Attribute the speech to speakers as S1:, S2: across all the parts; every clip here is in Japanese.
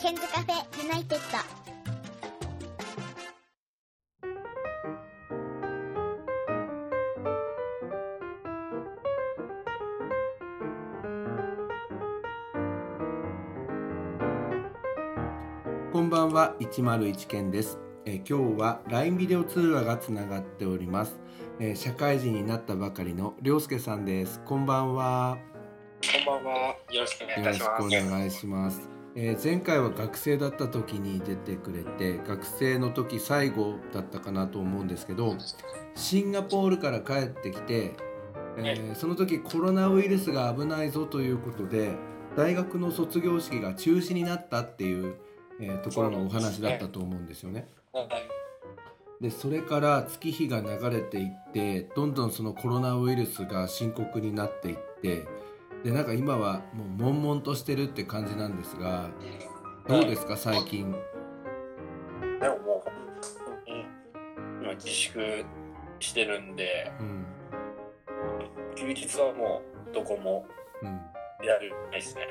S1: ケンズカフェユナイテッド。
S2: こんばんは101件です、えー今日は LINE ビデオ通話がつながっております、えー社会人になったばかりのりょうすけさんですこんばんは
S3: こんばんは。よろしくお願い
S2: よ
S3: い
S2: ろ
S3: た
S2: し
S3: し
S2: く
S3: ます。
S2: お願いします、えー前回は学生だった時に出てくれて学生の時最後だったかなと思うんですけどシンガポールから帰ってきて、えーその時コロナウイルスが危ないぞということで大学の卒業式が中止になったっていう、えーところのお話だったと思うんですよね。
S3: はい
S2: でそれから月日が流れていってどんどんそのコロナウイルスが深刻になっていってでなんか今はもう悶々としてるって感じなんですがどうですか最近
S3: でももう本当に今自粛してるんで、
S2: うん
S3: 休日はもうどこも
S2: うん
S3: やるないですね。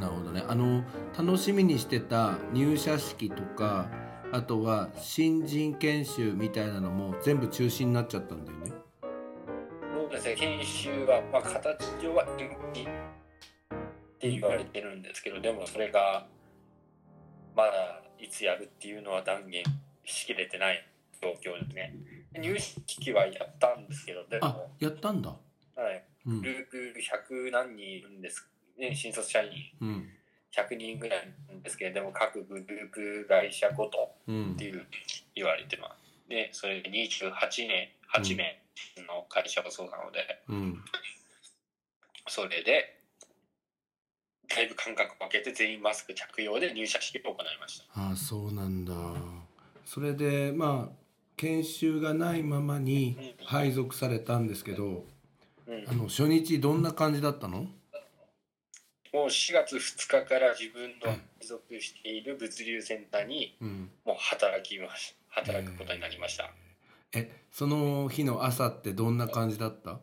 S2: なるほどねあの楽しみにしてた入社式とかあとは新人研修みたいなのも全部中止になっちゃったんだよね
S3: そうですね。研修はまあ形上は延期って言われてるんですけど、でもそれがまだいつやるっていうのは断言しきれてない状況ですね。入式はやったんですけど、で
S2: あ
S3: も、
S2: やったんだ
S3: はい、
S2: うん
S3: ループ100何人いるんです、ね、新卒社員。
S2: うん
S3: 100人ぐらいなんですけれども各グループ会社ごと
S2: うん
S3: っていう言われてますでそれで28名8名の会社がそうなので、
S2: うん
S3: それでだいぶ間隔を空けて全員マスク着用で入社式を行いました
S2: ああそうなんだそれでまあ研修がないままに
S3: うん
S2: 配属されたんですけど
S3: うん
S2: あの初日どんな感じだったの
S3: もう4月2日から自分の所属している物流センターに
S2: うん
S3: もう働きまし働くことになりました、
S2: えその日の朝ってどんな感じだった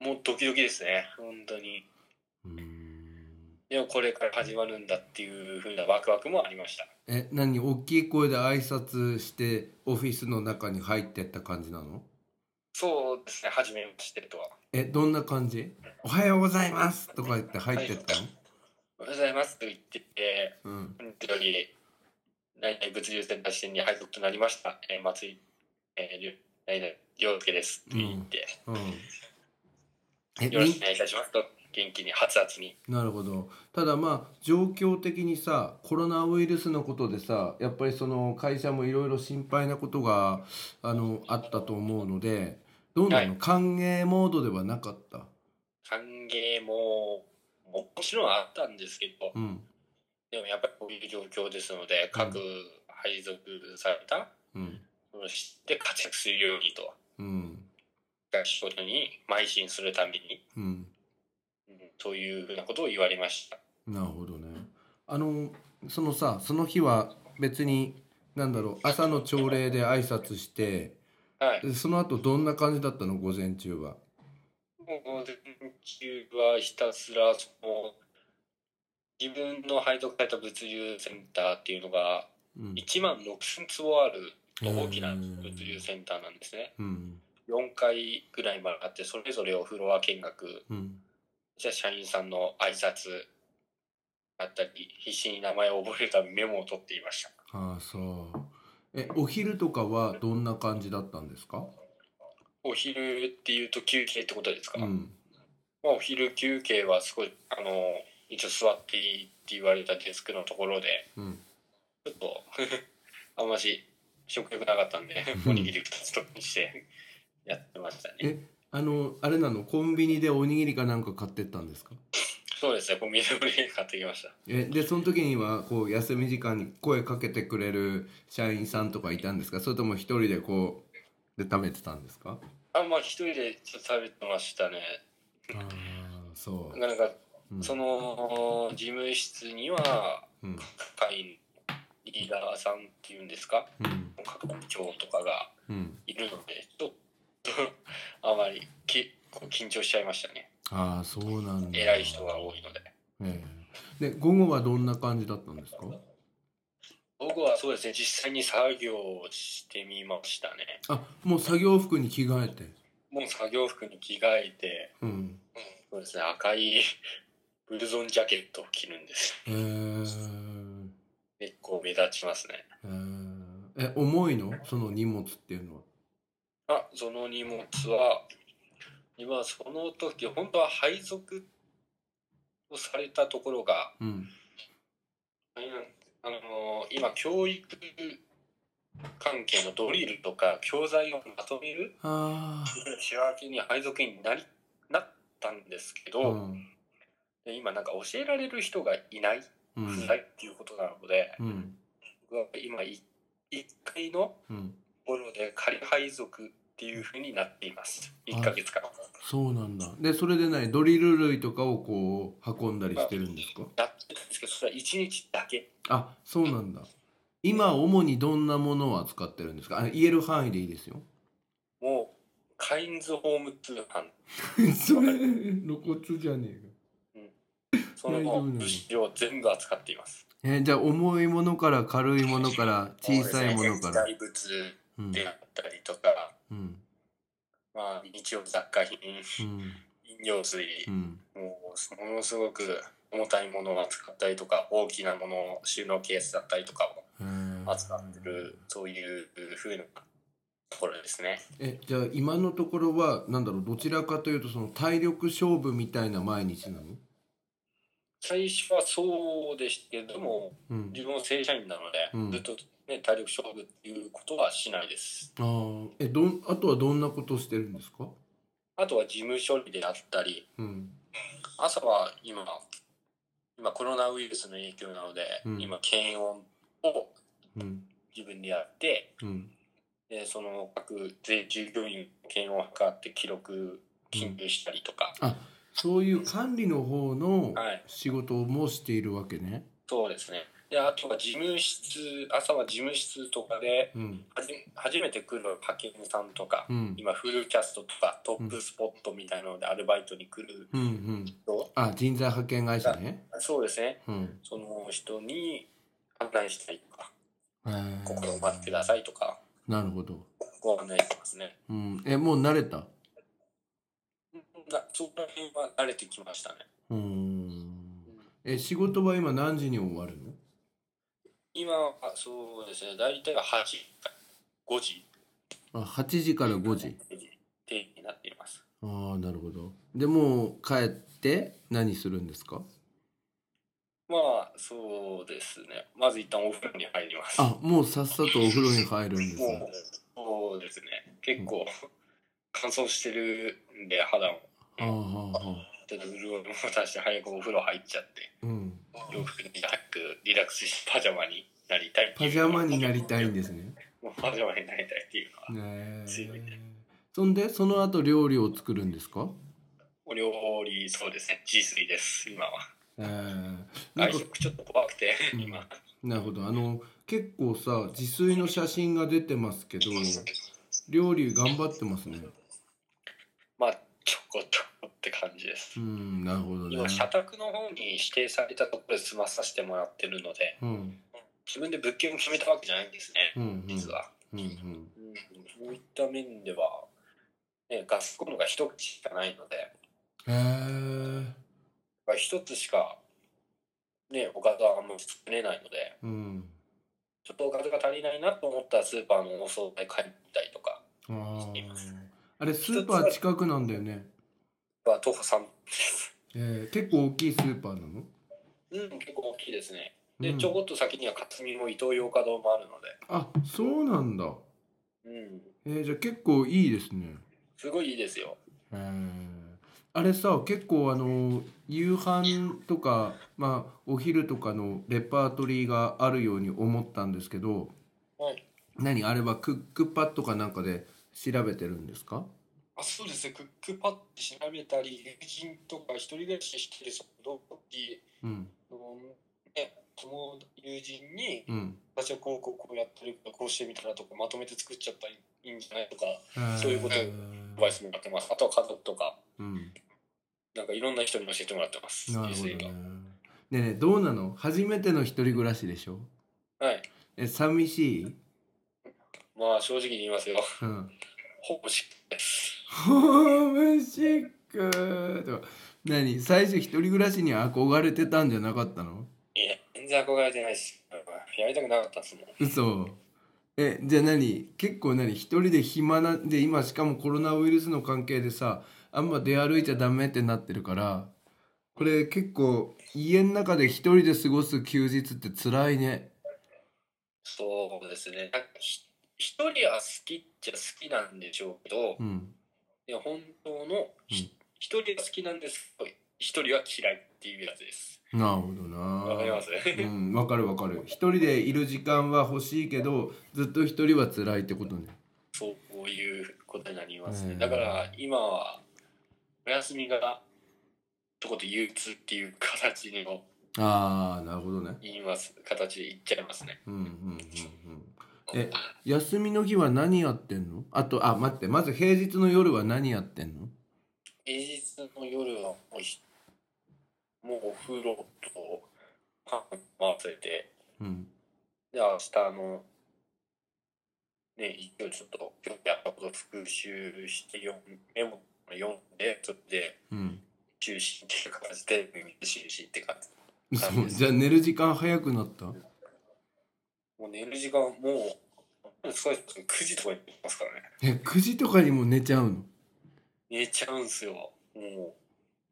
S3: もうドキドキですね本当に
S2: うーん
S3: でもこれから始まるんだっていうふうなワクワクもありました
S2: え何大きい声で挨拶してオフィスの中に入ってった感じなの
S3: そうですね、初めましてとは。
S2: えどんな感じおはようございますとか言って入ってったの、
S3: おはようございますと言ってて、
S2: うん
S3: 本当に、何々物流センター支店に配属となりました、えー、松井、えーりょ、何々良介ですって言って、
S2: うんえ
S3: よろしくお願いいたしますと、元気に、はつはつに。
S2: なるほどただまあ状況的にさコロナウイルスのことでさやっぱりその会社もいろいろ心配なことがあのあったと思うのでどうなの、
S3: はい
S2: 歓迎モードではなかった
S3: 歓迎も、ももちろんあったんですけど
S2: う、ん
S3: でもやっぱりこういう状況ですので、各配属された、
S2: うん
S3: そして活躍するようにと、
S2: うん
S3: 仕事に邁進するために、
S2: うん
S3: うんそういうふうなことを言われました。
S2: なるほどねあのそのさその日は別になんだろう朝の朝礼で挨拶して
S3: はい。
S2: でその後どんな感じだったの午前中は
S3: もう午前中はひたすらその自分の配属された物流センターっていうのが
S2: うん
S3: 1万6,000坪ある大きな
S2: うん
S3: 物流センターなんですね
S2: うん
S3: 4階ぐらいまであってそれぞれおフロア見学
S2: うん
S3: じゃあ社員さんの挨拶だったり必死に名前を覚えるためにメモを取っていました
S2: ああそうえお昼とかはどんな感じだったんですか
S3: お昼っていうと休憩ってことですか、
S2: うん
S3: まあ、お昼休憩はすごいあの一応座っていいって言われたデスクのところで
S2: うん
S3: ちょっと あんまし食欲なかったんでおにぎり2つとかにしてやってましたね
S2: えあのあれなのコンビニでおにぎりかなんか買ってったんですか
S3: そうですねコンビニでブレー買ってきました
S2: えでその時にはこう休み時間に声かけてくれる社員さんとかいたんですかそれとも一人でこうで食べてたんですか
S3: あんまあ一人でちょっと食べてましたね
S2: ああそ
S3: なかなか
S2: う、うん
S3: その事務室には
S2: うん
S3: 会員リーダーさんっていうんですか
S2: うん
S3: 各部長とかが
S2: うん
S3: いるのでちょっとあまりきこう緊張しちゃいましたね
S2: ああそうなんだ
S3: 偉い人が多いので
S2: ええで午後はどんな感じだったんですか
S3: 僕はそうですね実際に作業をしてみましたね
S2: あもう作業服に着替えて
S3: もう作業服に着替えて
S2: うん
S3: そうですね赤い ブルゾンジャケットを着るんです
S2: へえー
S3: 結構目立ちますね
S2: えーえ重いのその荷物っていうのは
S3: あその荷物は今その時本当は配属をされたところが
S2: うん
S3: うんあの今教育関係のドリルとか教材をまとめる
S2: あ
S3: 仕分けに配属員になりなったんですけ
S2: あう
S3: ど、
S2: ん
S3: で今なんか教えられる人がいない
S2: うん
S3: 不在っていうことなので、
S2: うん
S3: 僕は今い1階の
S2: うん
S3: ところで仮配属っていうふうになっています1ヶ月間、
S2: そうなんだでそれで何ドリル類とかをこう運んだりしてるんですか
S3: なってたんですけどそれは1日だけ
S2: あそうなんだ今主にどんなものを扱ってるんですかあ言える範囲でいいですよ
S3: もうカインズホーム通販
S2: それ露骨じゃね
S3: その
S2: 大丈夫なの
S3: 物資を全部扱っています
S2: えかえじゃあ重いものから軽いものから小さいものか
S3: そ
S2: ら
S3: うですね
S2: うん
S3: 大仏であったりとか、
S2: うん
S3: まあ日用雑貨品
S2: うん
S3: 飲料水、
S2: うん
S3: もうものすごく重たいものを扱ったりとか大きなもの収納ケースだったりとかを
S2: へー
S3: 扱ってるそういうふうなところですね
S2: えじゃあ今のところはなんだろうどちらかというとその体力勝負みたいな毎日なの
S3: 最初はそうでしたけども
S2: うん
S3: 自分も正社員なので、
S2: うん
S3: ずっと、ね、体力勝負っていうことはしないです
S2: あーえどんあとはどんなことをしてるんですか
S3: あとは事務処理であったり
S2: うん
S3: 朝は今今コロナウイルスの影響なので、
S2: うん
S3: 今検温を
S2: うん
S3: 自分でやって
S2: うん
S3: でその各税従業員の検温を測って記録緊急したりとか、
S2: そういう管理の方の
S3: はい
S2: 仕事もしているわけね、
S3: そうですねであとは事務室朝は事務室とかで
S2: うん
S3: はじ初めて来る派遣さんとか、
S2: うん
S3: 今フルキャストとかトップスポットみたいなのでアルバイトに来る
S2: うんうん
S3: 人、
S2: あ人材派遣会社ね
S3: そうですね
S2: うん
S3: その人に案内したりとか
S2: へー
S3: ここを待ってくださいとか
S2: なるほど、
S3: ご案内しますね
S2: うん、えもう慣れた
S3: なそこら辺は慣れてきましたね
S2: うんえ仕事は今何時に終わるの
S3: 今はそうですね大体は8時5時
S2: あ8時から5時
S3: 定になっています
S2: ああなるほどでもう帰って何するんですか
S3: まあそうですねまず一旦お風呂に入ります
S2: あもうさっさとお風呂に入るんです
S3: もう
S2: ね
S3: そうですね結構乾燥してるんで肌も
S2: ああああああ
S3: ちょっと潤いも出して早くお風呂入っちゃって
S2: うん
S3: 洋服に早くリラックスしてパジャマになりたいってい
S2: パ
S3: う
S2: ジャマになりたいんですね
S3: もうパジャマになりたいっていうのは
S2: ねえ
S3: 強いね
S2: そんでその後料理を作るんですか
S3: お料理そうですね自炊です今は
S2: ええなんか
S3: 外食ちょっと怖くて
S2: うん
S3: 今
S2: なるほどあの結構さ自炊の写真が出てますけど料理頑張ってますね
S3: まあちょこちょこって感じです
S2: うんなるほどね
S3: 今社宅の方に指定されたところで済まさせてもらってるので
S2: うん
S3: 自分で物件を決めたわけじゃないんですね
S2: うんうん
S3: 実は、
S2: うんうん
S3: うんそういった面では、ね、ガスコンロが一口しかないので
S2: へえ
S3: まあ一つしかねおかずはあんま作れないので
S2: うん
S3: ちょっとおかずが足りないなと思ったらスーパーのお惣菜買いに行ったりとか
S2: あーあれスーパー近くなんだよね
S3: は徒歩3分
S2: えー、結構大きいスーパーなの
S3: うん、結構大きいですね。で、
S2: うん
S3: ちょこっと先には勝見も伊東洋華堂もあるの
S2: あそうなんだ
S3: で、うん、
S2: えー、じゃあ結構いいですね
S3: すごいいいですよ。
S2: えーあれさ結構あの夕飯とか、まあ、お昼とかのレパートリーがあるように思ったんですけど
S3: はい。
S2: 何あれはクックパッドかなんかで調べてるんですか
S3: あ、そうですね。クックパッて調べたり、友人とか一人暮らししてるその時
S2: うん
S3: の、ね、その友人に、
S2: うん
S3: 私はこうこうこうやってるからこうしてみたらとか、まとめて作っちゃったらいいんじゃないとか、そういうこと
S2: えー
S3: アドバイスもらってます。あとは家族とか、
S2: うん
S3: なんかいろんな人に教えてもらってます。
S2: なるほど
S3: 自炊
S2: ね
S3: は
S2: ねえねえどうなの初めての一人暮らしでしょ
S3: はい。
S2: え寂しい、
S3: まあ正直に言いますよ。
S2: うん、
S3: ほぼしです。
S2: ホームシックとか何最初一人暮らしに憧れてたんじゃなかったの
S3: いや、全然憧れてないし、やりたくなかったですもん。
S2: 嘘えじゃあ何結構何一人で暇なんで今しかもコロナウイルスの関係でさあんま出歩いちゃダメってなってるからこれ結構家の中で一人で過ごす休日って辛いね
S3: そうですね。なんかひ一人は好きっちゃ好きなんでしょうけど、
S2: うん
S3: いや本当のひ一、人は好きなんですけど、一人は嫌いっていうやつです。
S2: なるほどな
S3: わかります
S2: うんわかるわかる一人でいる時間は欲しいけどずっと一人は辛いってことね
S3: そういうことになります
S2: う
S3: ね。
S2: ん
S3: だから今は、お休みが、とこと憂鬱っていう形の
S2: ああなるほどね
S3: 言います、形で言っちゃいますね。
S2: うんうんうんうんえ休みの日は何やってんのあとあ待ってまず平日の夜は何やってんの
S3: 平日の夜はもうひ、もうお風呂と、パン回せて、
S2: うん
S3: で、明日の、ね、一応ちょっと、今日やったこと復習して読ん、メモ読んで、それで、
S2: うん
S3: 中心っていう感じで、耳中心って感じ。
S2: 嘘
S3: そうです
S2: じゃあ寝る時間早くなった
S3: もう寝る時間、もう、疲れて9時とかに寝ますからね。
S2: え9時とかにも寝ちゃうの
S3: 寝ちゃうんすよ。も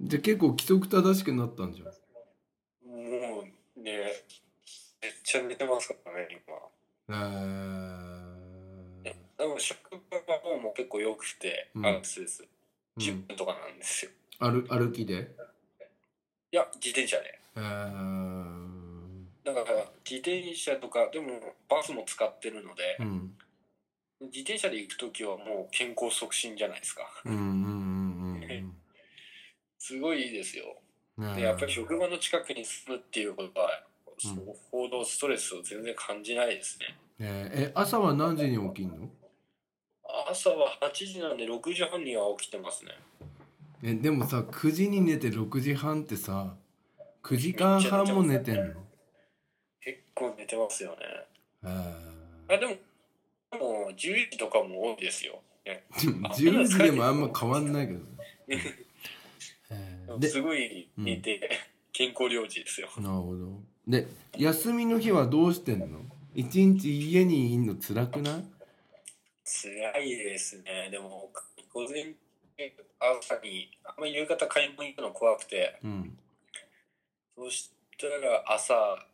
S2: じゃあ結構規則正しくなったんじゃん
S3: う、もうね、めっちゃ寝てますからね、今。
S2: え
S3: でも職場はもう結構良くて、
S2: うん
S3: アクセス
S2: ーう
S3: 10
S2: ん
S3: 分とかなんですよ。
S2: 歩歩きで
S3: いや、自転車で。
S2: えー
S3: だから自転車とかでもバスも使ってるので
S2: う、ん
S3: 自転車で行く時はもう健康促進じゃないですか
S2: うんうんうんうん
S3: えすごいいいですよ
S2: うん
S3: でやっぱり職場の近くに住むっていうことは、
S2: うん
S3: そう報道ストレスを全然感じないですね
S2: えーえ朝は何時に起きんの
S3: 朝は8時なんで6時半には起きてますね
S2: えでもさ9時に寝て6時半ってさ9時間半も寝てんの
S3: 結構寝てますよね
S2: あ
S3: あでもでもう10時とかも多いですよ、ね、
S2: 10時でもあんま変わんないけどねえーです
S3: ごい寝て、健康領事ですよ
S2: なるほどで休みの日はどうしてんの一日家にいんの辛くない
S3: 辛いですね。でも、午前中、朝に、あんまり夕方買い物行くの怖くて、
S2: うん
S3: そうしたら朝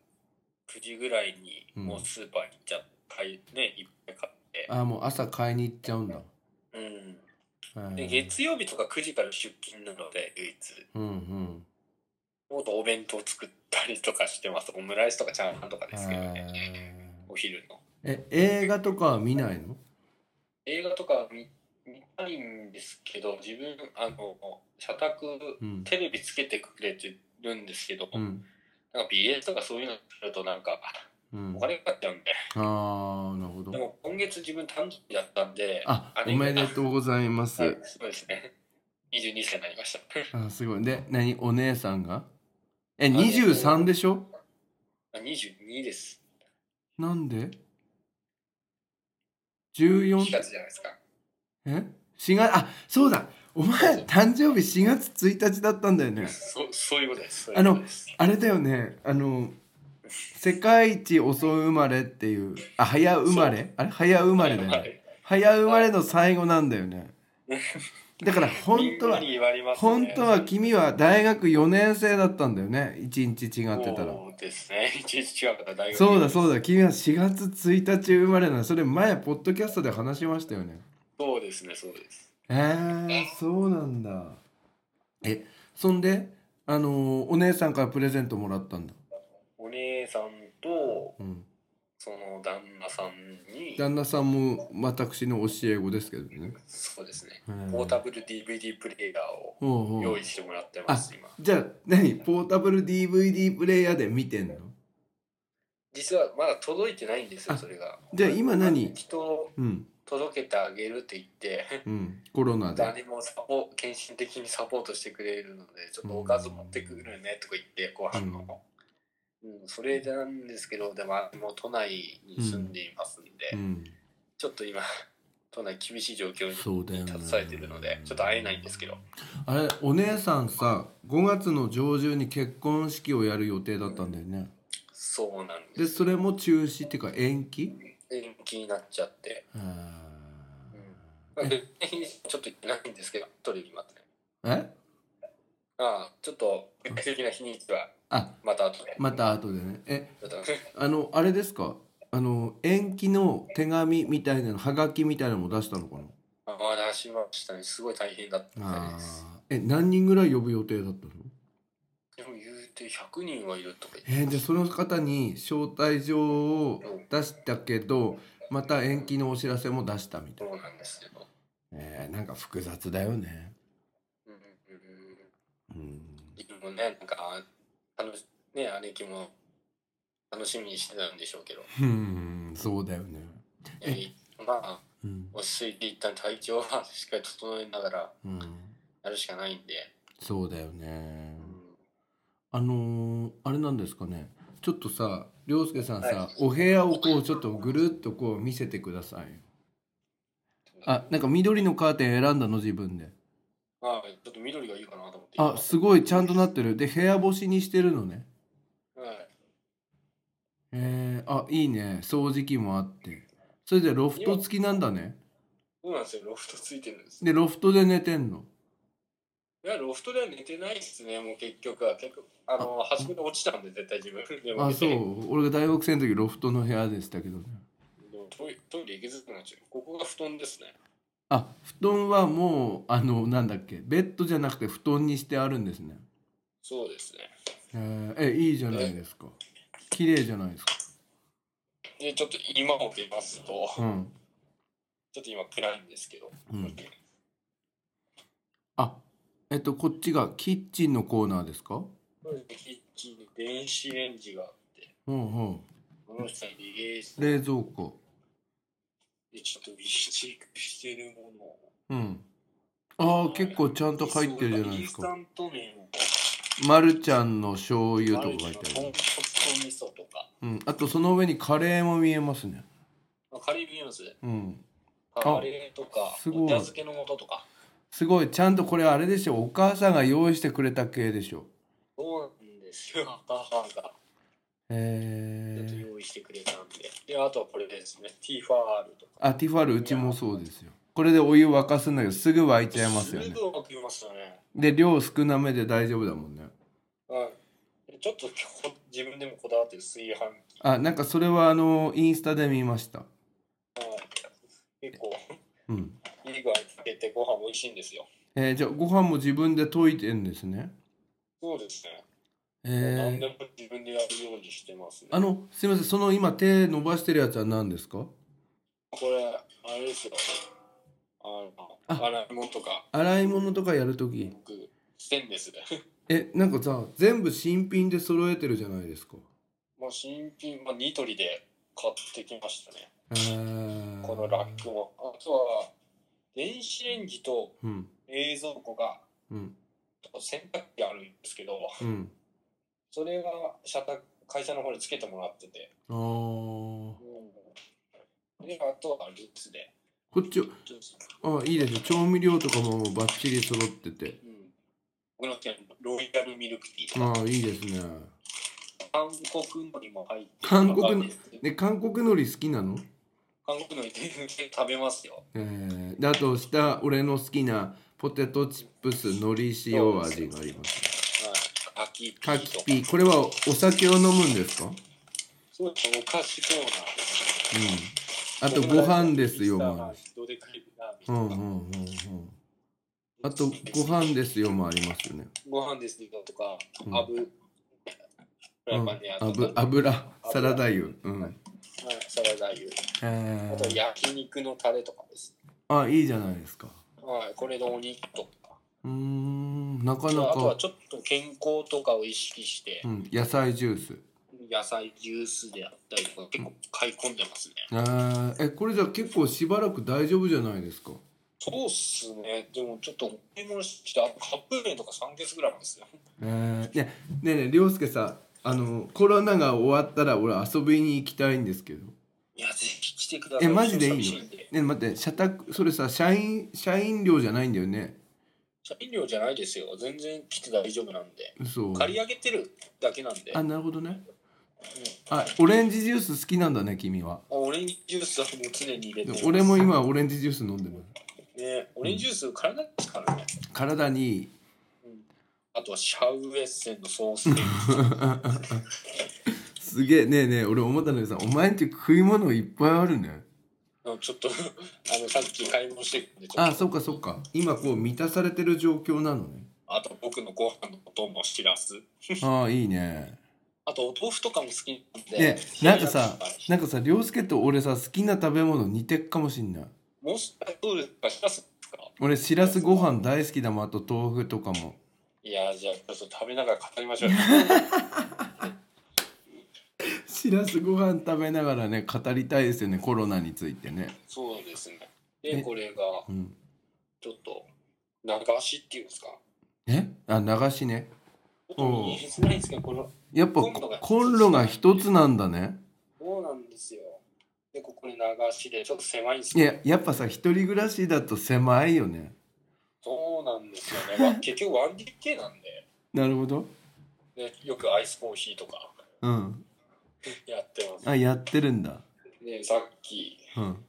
S3: 9時ぐらいに、
S2: うん
S3: もうスーパーに行っちゃ買い、ね、いっぱい買って。
S2: ああもう朝買いに行っちゃうんだ、
S3: うん。
S2: えー
S3: で、月曜日とか9時から出勤なので、唯一。
S2: うんうん
S3: もっとお弁当作ったりとかしてます。オムライスとかチャーハンとかですけどね。
S2: えー
S3: お昼の。
S2: え映画とかは見ないの
S3: 映画とか見見たいんですけど、自分、あの、社宅、
S2: うん
S3: テレビつけてくれてるんですけど、
S2: うん
S3: なんか BS とかそういうのするとなんか
S2: うん
S3: お金かかっちゃうんで、
S2: ああなるほど
S3: でも今月自分誕生日だったんで、
S2: あおめでとうございます、
S3: はいそうですね。22歳になりました。
S2: あすごいで何お姉さんがえ
S3: 姉さん
S2: 23でしょ
S3: あ22です。
S2: なんで
S3: 4
S2: ?14
S3: 月じゃないですか。
S2: え4月あそうだお前誕生日4月1日だったんだよね
S3: そそういうことです。そうい
S2: あ
S3: う
S2: の
S3: ことです
S2: あれだよねあの世界一遅生まれっていうあ早生まれあれ早生まれだよね早生まれの最後なんだよねだから本当は
S3: みんなに言われますね
S2: 本当は君は大学4年生だったんだよね1日違ってたら
S3: そうですね。一日違うから大学
S2: そうだ
S3: う
S2: そうだ君は4月1日生まれなのそれ前ポッドキャストで話しましたよね
S3: そうですね、そうです。
S2: えー、そうなんだえそんであのーお姉さんからプレゼントもらったんだ
S3: お姉さんと
S2: うん
S3: その旦那さんに、
S2: 旦那さんも私の教え子ですけどね
S3: そうですね。
S2: うん
S3: ポータブル DVD プレイヤーを
S2: おうおう
S3: 用意してもらってます、今。
S2: じゃあ何ポータブル DVD プレイヤーで見てんの
S3: 実はまだ届いてないんです
S2: あ
S3: よそれが
S2: じゃあ今何
S3: 人を
S2: うん
S3: 届けてあげるって言って
S2: うんコロナで
S3: 誰もサポ献身的にサポートしてくれるのでちょっとおかず持ってくるねとか言ってご飯のうん、それでなんですけど、でも、もう都内に住んでいますんで、
S2: うん、
S3: ちょっと今、都内厳しい状況に
S2: そうだよね
S3: 携えてるので、ちょっと会えないんですけど、
S2: あれお姉さんさ5月の上旬に結婚式をやる予定だったんだよね
S3: そうなんで。
S2: ですそれも中止っていうか延期
S3: 延期になっちゃって、
S2: あ
S3: まあ
S2: ー
S3: 別にちょっと行ってないんですけど、取りに待って。
S2: え
S3: ああ、ちょっと、具体的な日にちは、
S2: あ
S3: また後で。
S2: また後でねえ
S3: ちょっと
S2: あのあれですかあの延期の手紙みたいなのはがきみたいなのも出したのかな
S3: あ出しましたね。すごい大変だったみたい
S2: あ
S3: です。
S2: ーえ何人ぐらい呼ぶ予定だったの
S3: でも言うて100人はいるとか言って
S2: えー、でその方に招待状を出したけどまた延期のお知らせも出したみたい
S3: そうなんですけど。
S2: な、えー、なんか複雑だよね
S3: うんうんう
S2: う
S3: ん
S2: ん
S3: 自分もね、なんか、楽しね、姉貴も楽しみにしてたんでしょうけど、
S2: うんそうだよねえ
S3: いやまあ、
S2: うん、
S3: 落ち着いて一旦体調はしっかり整えながら
S2: うん、
S3: やるしかないんで、
S2: そうだよね
S3: うん
S2: あのーあれなんですかねちょっとさ涼介さんさ、
S3: はい
S2: お部屋をこうちょっとぐるっとこう見せてくださいよあなんか緑のカーテン選んだの自分で
S3: まあ、ちょっと緑がいいかなと思って。
S2: あすごいちゃんとなってるで部屋干しにしてるのね
S3: はい
S2: えー、あいいね掃除機もあってそれでロフト付きなんだね
S3: そうなんですよ、ロフトついてるんです。
S2: でロフトで寝てんの
S3: いや、ロフトでは寝てないですね、もう結局は。結局、あの、端っこで落ちたんで、絶対自分でも
S2: あ
S3: 寝
S2: そ
S3: て。
S2: う俺が大学生の時ロフトの部屋でしたけどね
S3: でもトイレトイレ行きづらくなっちゃう。ここが布団ですね。
S2: あ布団はもうあのなんだっけベッドじゃなくて布団にしてあるんですね
S3: そうですね。
S2: えーえいいじゃないですか綺麗じゃないですか
S3: で、ちょっと今を見ますと、
S2: うん
S3: ちょっと今暗いんですけど、
S2: うんあえっとこっちがキッチンのコーナーですか
S3: キッチンに電子レンジがあって、
S2: うんうん
S3: この下にリゲージ
S2: 冷蔵庫
S3: でちょっと備蓄してるものを。
S2: うんああ結構ちゃんと入ってるじゃないです
S3: イン
S2: か
S3: スタント麺を
S2: 「まるちゃんの醤油」とか書いてあ
S3: 豚
S2: る
S3: 骨と味噌とか。
S2: うん、あとその上にカレーも見えますね。
S3: まあ、カレービームズ、
S2: うん、
S3: カレーとか、
S2: す
S3: お
S2: ごい
S3: 茶漬けの素とか。
S2: すごいちゃんとこれあれでしょお母さんが用意してくれた系でしょ。
S3: そうなんですよ、母が。ちょっと
S2: へえ。
S3: 用意してくれたんで。で、あとはこれですね、ティファールとか。
S2: あティファールうちもそうですよ。これでお湯沸かすんだけどすぐ沸いちゃいますよ
S3: す
S2: ね。
S3: ぐ起きましたね。
S2: で量少なめで大丈夫だもんね。
S3: はいでちょっとこ自分でもこだわってる炊飯器。
S2: あなんかそれはあのインスタで見ました。
S3: 結構、
S2: うん。
S3: いい具合につけてご飯美味しいんですよ。
S2: えー、じゃあご飯も自分で溶いてんですね。
S3: そうですね。もう何
S2: え
S3: で
S2: ー、
S3: も自分でやるようにしてますね。
S2: あのすいませんその今手伸ばしてるやつは何ですか？
S3: これ、あれですよ。あ
S2: あ
S3: の、洗い物とか、
S2: 洗い物とかやるとき。
S3: 僕、ステンレスで。
S2: えなんかさ全部新品で揃えてるじゃないですか
S3: もう新品、まあ、ニトリで買ってきましたね。
S2: えー
S3: このラックも。あとは、電子レンジと
S2: うん
S3: 冷蔵庫が、
S2: うん
S3: 洗濯機あるんですけど、
S2: うん
S3: それが社宅会社の方につけてもらってて、
S2: あーこ
S3: であとはルーツで、
S2: っちあいいですね調味料とかもバッチリ揃ってて
S3: うん、僕の好きなロイヤルミルクティーとか
S2: ああいいですね
S3: 韓国のりも入ってる
S2: 韓国の
S3: わかんないですけど
S2: で韓国海苔好きなの
S3: 韓国のり全然食べますよ
S2: えー、であと下俺の好きなポテトチップス海苔塩味があります
S3: はい柿ピ
S2: カ
S3: ーと
S2: キ
S3: か
S2: ピーこれはお酒を飲むんですかうん
S3: そうですお菓子コーナーです
S2: あとご飯ですよ
S3: ま
S2: も
S3: あドデカリブラー
S2: あるう
S3: メ
S2: ん
S3: ン
S2: う
S3: と
S2: ん
S3: か
S2: うんうんあとご飯ですよもありますよね
S3: ご飯ですよとか
S2: うん
S3: 油フライパンでやった
S2: 油
S3: とか
S2: 油サラダ油うん
S3: はいサラダ油
S2: え
S3: あと焼肉のタレとかです
S2: ー、あいいじゃないですか
S3: はいこれのお肉とか
S2: うーんなかな
S3: あとは
S2: か、
S3: ちょっと健康とかを意識して
S2: う、ん、野菜ジュース
S3: 野菜ジュースであったりとか結構買い込んでますね。
S2: えー、えこれじゃあ結構しばらく大丈夫じゃないですか
S3: そうっすね。でもちょっとお買い物して、あとカップ麺とか3ケースぐらいなんですよ。
S2: えー、ねねえねえ涼介さあのコロナが終わったら俺遊びに行きたいんですけど
S3: いや、ぜひ来てください。
S2: えマジでいいの
S3: 寂しんで
S2: ね待って社宅それさ社員社員寮じゃないんだよね
S3: 社員料じゃないですよ。全然来て大丈夫なんで。
S2: 嘘
S3: 借り上げてるだけなんで。
S2: あ
S3: うん
S2: なるほどねあオレンジジュース好きなんだね君は
S3: オレンジジュースはもう常に入れてます
S2: 俺も今オレンジジュース飲んでます
S3: ね、オレンジジュース体ですからね。
S2: 体に
S3: あとはシャウエッセンのソーステージ。
S2: すげえねえねえ俺思ったんだけどさお前んち食い物いっぱいあるね
S3: のちょっと あのさっき買い物してきてちょっと
S2: あそっかそっか今こう満たされてる状況なのね
S3: あと僕のご飯のお供しらす
S2: ああいいね
S3: あとお豆腐とかも好きなんで、
S2: ねなんか さなんかさ涼介と俺さ好きな食べ物似てっかもしんない
S3: もしどうですかしらすですか
S2: 俺しらすご飯大好きだもんあと豆腐とかも
S3: いやじゃあちょっと食べながら語りましょう
S2: しらすご飯食べながらね語りたいですよねコロナについてね
S3: そうですね
S2: え
S3: でこれが
S2: うん
S3: ちょっと流しっていうんですか
S2: えあ流しね
S3: ちょっと言いづらいんですけどこの
S2: やっぱ
S3: コンロが
S2: コンロが一つなんだね
S3: そうなんですよでここに流しでちょっと狭いんです
S2: い
S3: けど
S2: ややっぱさ一人暮らしだと狭いよね
S3: そうなんですよね、 まあ、結局 1DK なんで
S2: なるほど
S3: でよくアイスコーヒーとか
S2: うん
S3: やってます
S2: あやってるんだ
S3: でさっき
S2: うん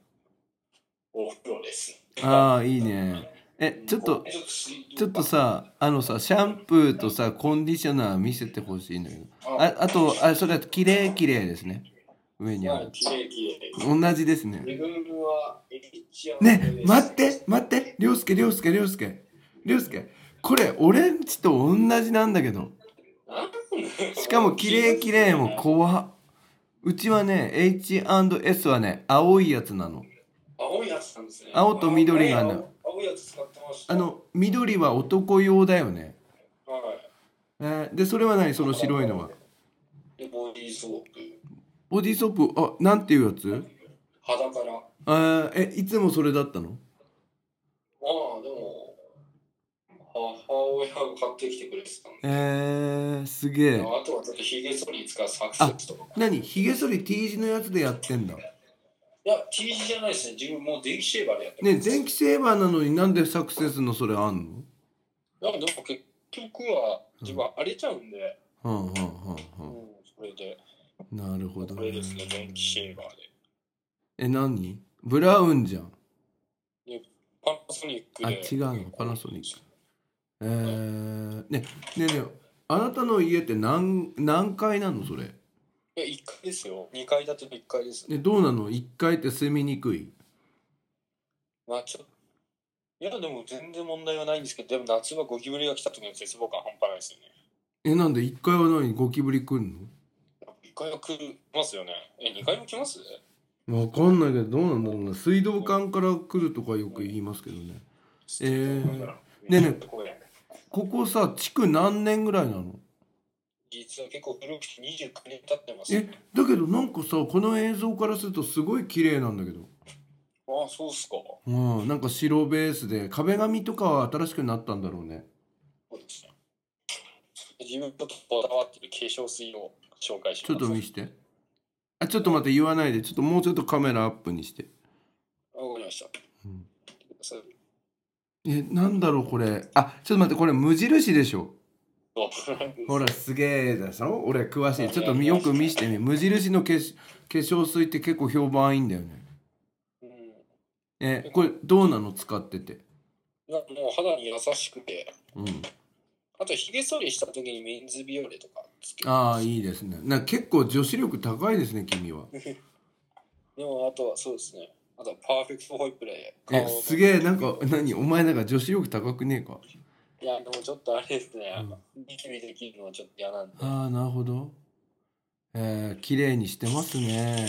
S3: お風呂です
S2: ああいいねえちょっと
S3: ちょっと水道
S2: ちょっとさあのさシャンプーとさコンディショナー見せてほしいんだけどああとあそれだと綺麗綺麗ですね上にあ
S3: は
S2: る
S3: い、きれいきれい。
S2: 同じですね
S3: 自分はエリチアの上
S2: ね
S3: です
S2: 待って待って涼介涼介涼介涼介これ俺んちと同じなんだけど
S3: なんで
S2: しかも綺麗綺麗も怖っうちはね H&S はね青いやつなの
S3: 青いやつなんですね。
S2: 青と緑がある
S3: 青青いやつ使ってました。
S2: あ、の緑は男用だよね、
S3: はい。
S2: えーでそれは何その白いのは
S3: で、ボディーソープ。
S2: ボディーソープあなんていうやつ
S3: 肌から。まあ、
S2: あーえいつもそれだったの
S3: でも、母親が買ってきてくれてたんで。
S2: えー、すげえ
S3: あとはちょっとヒゲ剃りに使うサクセスとか。
S2: 何ひげ剃り T 字のやつでやってんだ
S3: いや、T 字じゃないですね。自分もう電気シェーバーでやってます。
S2: ね前期セーバーなのになんでサクセスのそれあんの
S3: いや、でも結局は自分は荒れちゃうんで、
S2: はんはんはん
S3: う
S2: は
S3: ん、それで、
S2: んなるほど
S3: これですね、電気シェーバーで。
S2: え何ブラウンじゃん
S3: パナソニック
S2: あ
S3: で。
S2: 違うのパナソニックえー、ねねえねえあなたの家って何何階なのそれ
S3: いや、1階ですよ。2階建ての1階です。
S2: ねどうなの1階って住みにくい
S3: まあ、ちょいや、でも全然問題はないんですけど、でも夏はゴキブリが来た時の絶望感半端ないですよね。
S2: えなんで1階は何ゴキブリ来ん
S3: 1階は来ますよね。え、2階も来ます
S2: のわかんないけどどうなんだろうな水道管から来るとかよく言いますけどねえーねえねえ
S3: これ
S2: ここさ築何年ぐらいなの
S3: 実は結構古くて29年経ってます、
S2: え
S3: ね。
S2: だけどなんかさこの映像からするとすごい綺麗なんだけど
S3: ああ、そうっすか。
S2: うんなんか白ベースで壁紙とかは新しくなったんだろうね
S3: そうですね。自分ちょっとこだわってる化粧水を紹介します。
S2: ちょっと見してあちょっと待って言わないでちょっともうちょっとカメラアップにして
S3: あわかりました。
S2: うん
S3: そう
S2: えなんだろうこれあちょっと待ってこれ無印でしょほ
S3: そう
S2: らすげえでしょ俺詳しいちょっとみよく見してみ無印の化粧化粧水って結構評判いいんだよね
S3: うん
S2: えこれどうなの使ってて
S3: なんかもう肌に優しくて、
S2: うん
S3: あとひげ剃りした時にメンズビオレとかつけ
S2: ああいいですねなんか結構女子力高いですね君は
S3: でもあとはそうですね。あとはパーフェクトホイップで
S2: え
S3: の
S2: すげえなんか何お前なんか女子力高くねえか
S3: いやでもちょっとあれですね。ニキビできるのはちょっと嫌なんで。
S2: ああなるほどえー、綺麗にしてますね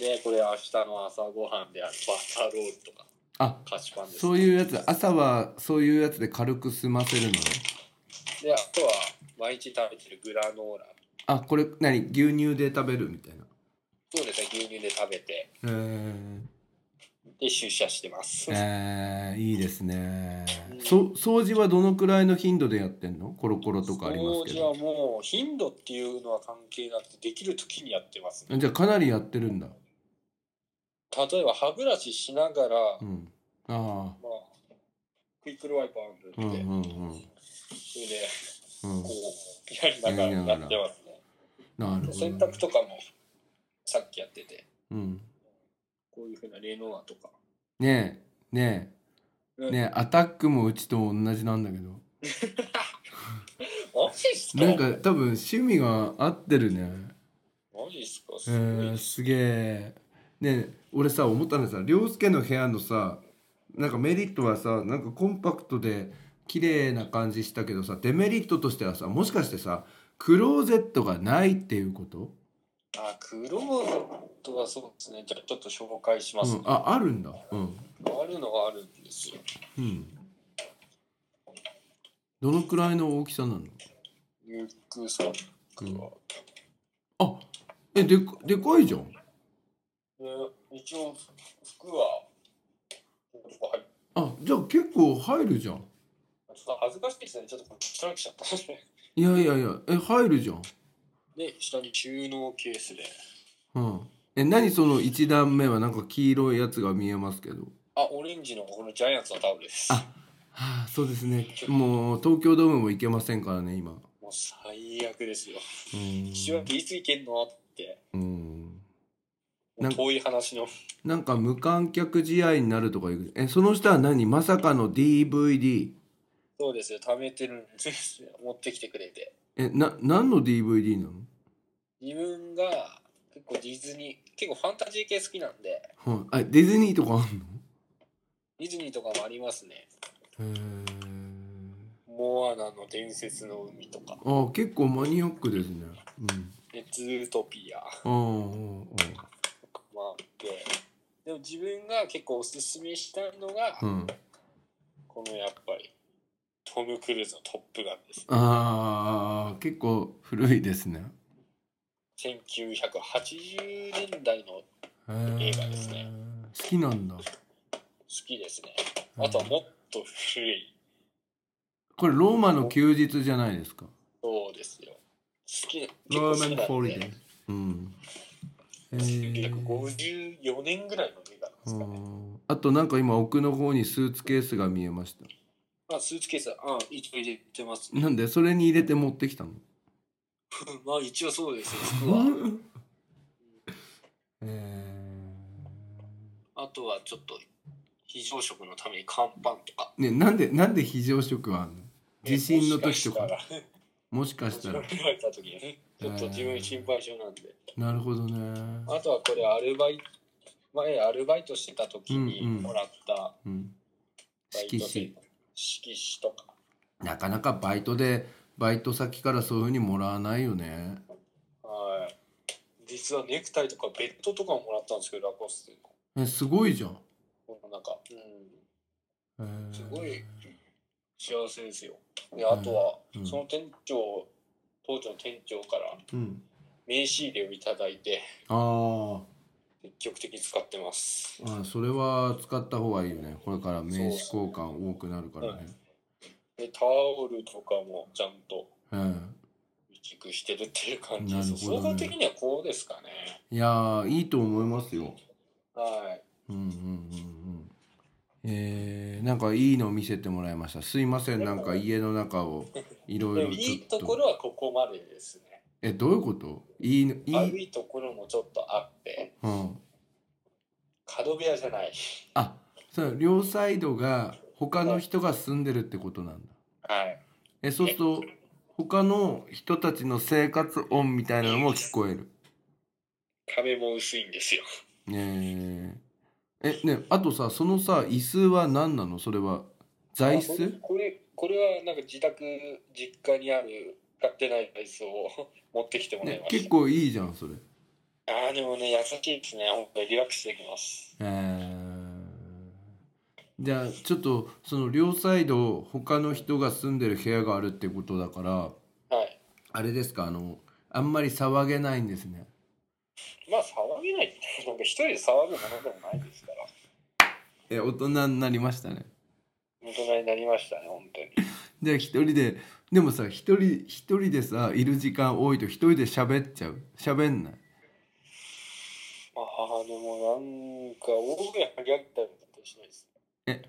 S3: で、これ明日の朝ごはんであるバターロールとか
S2: あ
S3: 菓子パンです、ね。
S2: そういうやつ朝はそういうやつで軽く済ませるのね
S3: で、あとは毎日食べてるグラノーラ。
S2: あこれ何牛乳で食べるみたいな
S3: そうですね、牛乳で食べて。
S2: えー、
S3: で出社してます。
S2: えー、いいですね
S3: うん。
S2: そ掃除はどのくらいの頻度でやってんの？コロコロとかあります
S3: 掃
S2: け
S3: 除は
S2: ど。
S3: もう頻度っていうのは関係なくてできる時にやってます、ね、
S2: じゃあかなりやってるんだ。
S3: 例えば歯ブラシしながら、
S2: うん。あ
S3: まあ、クイックルワイパー
S2: あ。うん
S3: を
S2: う
S3: 塗って、
S2: んうん
S3: それで
S2: うん
S3: こ。うやりながらやってますね
S2: なるほど
S3: 洗
S2: ね。
S3: 濯とかもさっきやってて
S2: うん。
S3: こういうふうなレノアとか
S2: ねえねえねえアタックもうちと同じなんだけど。
S3: マジっすか
S2: なんか多分趣味が合ってるね。
S3: マジっすか
S2: え
S3: すごい
S2: ー、
S3: です
S2: すげえ。ねえ俺さ思ったのさ涼介の部屋のさなんかメリットはさなんかコンパクトで綺麗な感じしたけどさデメリットとしてはさもしかしてさクローゼットがないっていうこと、
S3: あクローゼットはそうですねじゃあちょっと紹介します、
S2: うん、ああるんだうん、
S3: あるのはあるんですよ
S2: うん、どのくらいの大きさなの
S3: リュックサックは、
S2: あえでかでかいじゃん
S3: で一応服は服入っ
S2: あじゃあ結構入るじゃん
S3: ちょっと恥ずかしいですねちょっとこれ下に来ちゃった
S2: いやいやいやえ入るじゃん
S3: で下に収納ケースで
S2: うんえ何その1段目はなんか黄色いやつが見えますけど
S3: あオレンジのこのジャイアンツのタオルです
S2: あはあそうですねもう東京ドームも行けませんからね今
S3: もう最悪ですよ
S2: うん
S3: 父親っていつ行けんのって
S2: うん
S3: もう遠い話の
S2: なんか無観客試合になるとか言うえその下は何まさかの DVD
S3: そうですよ貯めてるんですよ持ってきてくれて
S2: えな何の DVD なの
S3: 自分が結構ディズニー結構ファンタジー系好きなんで
S2: はい、あディズニーとかあんの
S3: ディズニーとかもありますね
S2: へえ
S3: モアナの伝説の海とか
S2: あ結構マニアックですねうん
S3: レッツートピア
S2: あーあ
S3: まあってでも自分が結構おすすめしたいの
S2: あ
S3: が、
S2: ーうん
S3: このやっぱりトム・クルーズの「トップガン」です
S2: あー結構古いですね
S3: 1980年代の好
S2: へー
S3: 映画ですね
S2: 好きなんだ
S3: きですねあとはもっと古い
S2: これローマの休日じゃないですか
S3: そうですよ好き結
S2: ロ
S3: 構好
S2: ーマ
S3: き
S2: ン
S3: な
S2: ホ
S3: ん
S2: リデ
S3: で
S2: ーうんえー
S3: 1954年ぐらいの映画なんで
S2: う
S3: すかね、
S2: んあとなんか今奥の方にスーツケースが見えました
S3: あスーツケースあ一応入れてますね
S2: なんでそれに入れて持ってきたの
S3: まあ一応そ うですよ服は
S2: え
S3: あとはちょっと非常食のために乾パンとか
S2: ーねなんでなんで非常食はあんの地震の時とか
S3: もしかしたら
S2: もしか
S3: 持
S2: したら
S3: ち上 げられた時にねちょっと自分心配性なんで
S2: なるほどね
S3: あとはこれアルバイト前アルバイトしてた時に
S2: うんうん
S3: もらった
S2: うん
S3: バイ
S2: 色
S3: ト先
S2: 紙
S3: の色紙とか
S2: なかなかバイトでバイト先からそういうふうにもらわないよね
S3: はい実はネクタイとかベッドとかももらったんですけどラコステの
S2: えすごいじゃん、
S3: このなんか、う
S2: え
S3: ん、
S2: ー
S3: すごい幸せですよであとは
S2: うん
S3: その店長当時の店長から
S2: うん
S3: 名刺入れをいただいて
S2: あ
S3: 積極的に使ってます
S2: ーあそれは使った方がいいよねこれから名刺交換多くなるからね
S3: でタオルとかもちゃんと
S2: うん
S3: 備蓄してるっていう感じです、
S2: なるほど
S3: 総
S2: ね
S3: 合的にはこうですかね
S2: いやーいいと思いますよ
S3: はい
S2: うんうんうんうんえー、なんかいいの見せてもらいましたすいませんなんか家の中をいろい
S3: で
S2: ろ
S3: もいい
S2: ちょ
S3: と
S2: っ
S3: ことろはここまでですね。
S2: えどういうこといいのい
S3: 悪
S2: い、
S3: いところもちょっとあって、
S2: うん、
S3: 角部屋じゃない。
S2: あそう両サイドが他の人が住んでるってことなんだ
S3: はい。
S2: えそうすると他の人たちの生活音みたいなのも聞こえる
S3: 壁も薄いんですよ。
S2: ねええねあとさそのさ椅子は何なのそれは座椅子
S3: これ、これはなんか自宅、実家にある、買ってない椅子を持ってきてもらい
S2: ね
S3: まし
S2: 結
S3: た。
S2: 構いいじゃんそれ
S3: ああ、でもね、優しいですね。本当にリラックスできます。
S2: えーじゃあちょっとその両サイド他の人が住んでる部屋があるってことだから
S3: はい。
S2: あれですかあのあんまり騒げないんですね
S3: まあ、騒げない。なんか一人で騒ぐものでもないですから。
S2: え大人になりましたね
S3: 大人になりましたね、本当に。
S2: で一人ででもさ一人一人でさいる時間多いと一人で喋っちゃう喋んない
S3: まあ、でもなんか、大きなやったりとしないです。
S2: え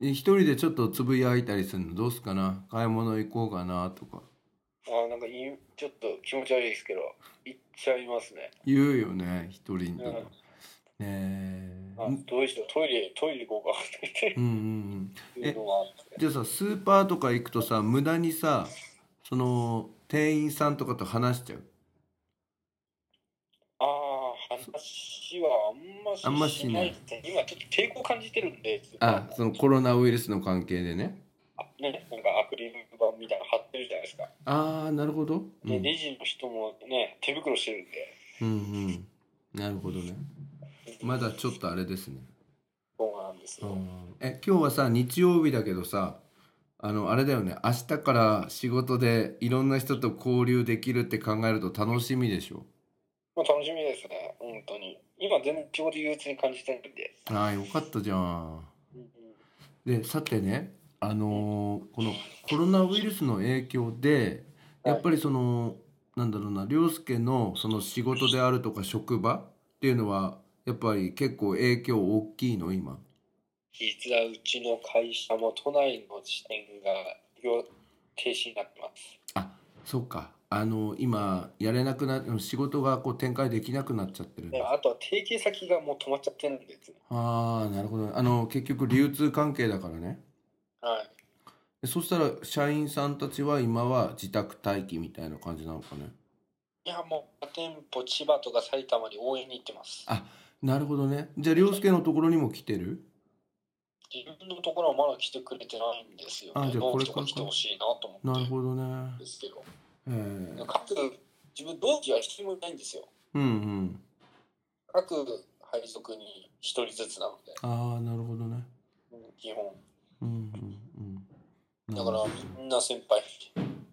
S2: 一人でちょっとつぶやいたりするのどうすかな買い物行こうかなとか
S3: あなんかいい、ちょっと気持ち悪いですけど、行っちゃいますね。
S2: 言うよね一人で
S3: うん
S2: ねえ
S3: あどうしよう、トイレ、トイレ行こうかって
S2: うんうんうん
S3: いうのがあって。
S2: じゃあさスーパーとか行くとさ無駄にさその店員さんとかと話しちゃう
S3: ああ、話はあんましないですね。今ちょっと抵抗感じてるんで、
S2: あそのコロナウイルスの関係でね
S3: ね、なんかアクリル板みたいなの貼ってるじゃないですか。
S2: ああなるほど、うん、う
S3: で、
S2: ん
S3: レジの人もね、手袋してるんで、
S2: うんなるほどねまだちょっとあれですね
S3: そうなんです
S2: う
S3: よ。
S2: んえ今日はさ日曜日だけどさあのあれだよね明日から仕事でいろんな人と交流できるって考えると楽しみでしょ
S3: まあ、楽しみですね、本当に。今、全然ちょうど憂鬱に感じてるんで。
S2: ああよかったじゃんでさてねあのーこのコロナウイルスの影響で
S3: は
S2: や
S3: い
S2: っぱりその、なんだろうな凌介のその仕事であるとか職場っていうのはやっぱり結構影響大きいの今
S3: 実はうちの会社も都内の支店が業停止になってます。
S2: そうかあの今やれなくな仕事がこう展開できなくなっちゃってるんだ
S3: であとは提携先がもう止まっちゃってるんですね。
S2: ああなるほどあの結局流通関係だからね
S3: はい。
S2: でそしたら社員さんたちは今は自宅待機みたいな感じなのかね
S3: いや、もう店舗、千葉とか埼玉に応援に行ってます。
S2: なるほどねじゃあ凌介のところにも来てる
S3: 自分のところはまだ来てくれてないんですよ、
S2: あ
S3: ね。
S2: じゃあこ
S3: 同
S2: れ
S3: 期
S2: か
S3: とか来てほしいなと思
S2: なる
S3: って
S2: ほどね
S3: るんですけど。
S2: えー
S3: 各、自分同期は一人もいないんですよ。
S2: うんうん
S3: 各配属に一人ずつなので、
S2: ああなるほどね
S3: 基本。
S2: うんうんうん
S3: だからみんな先輩、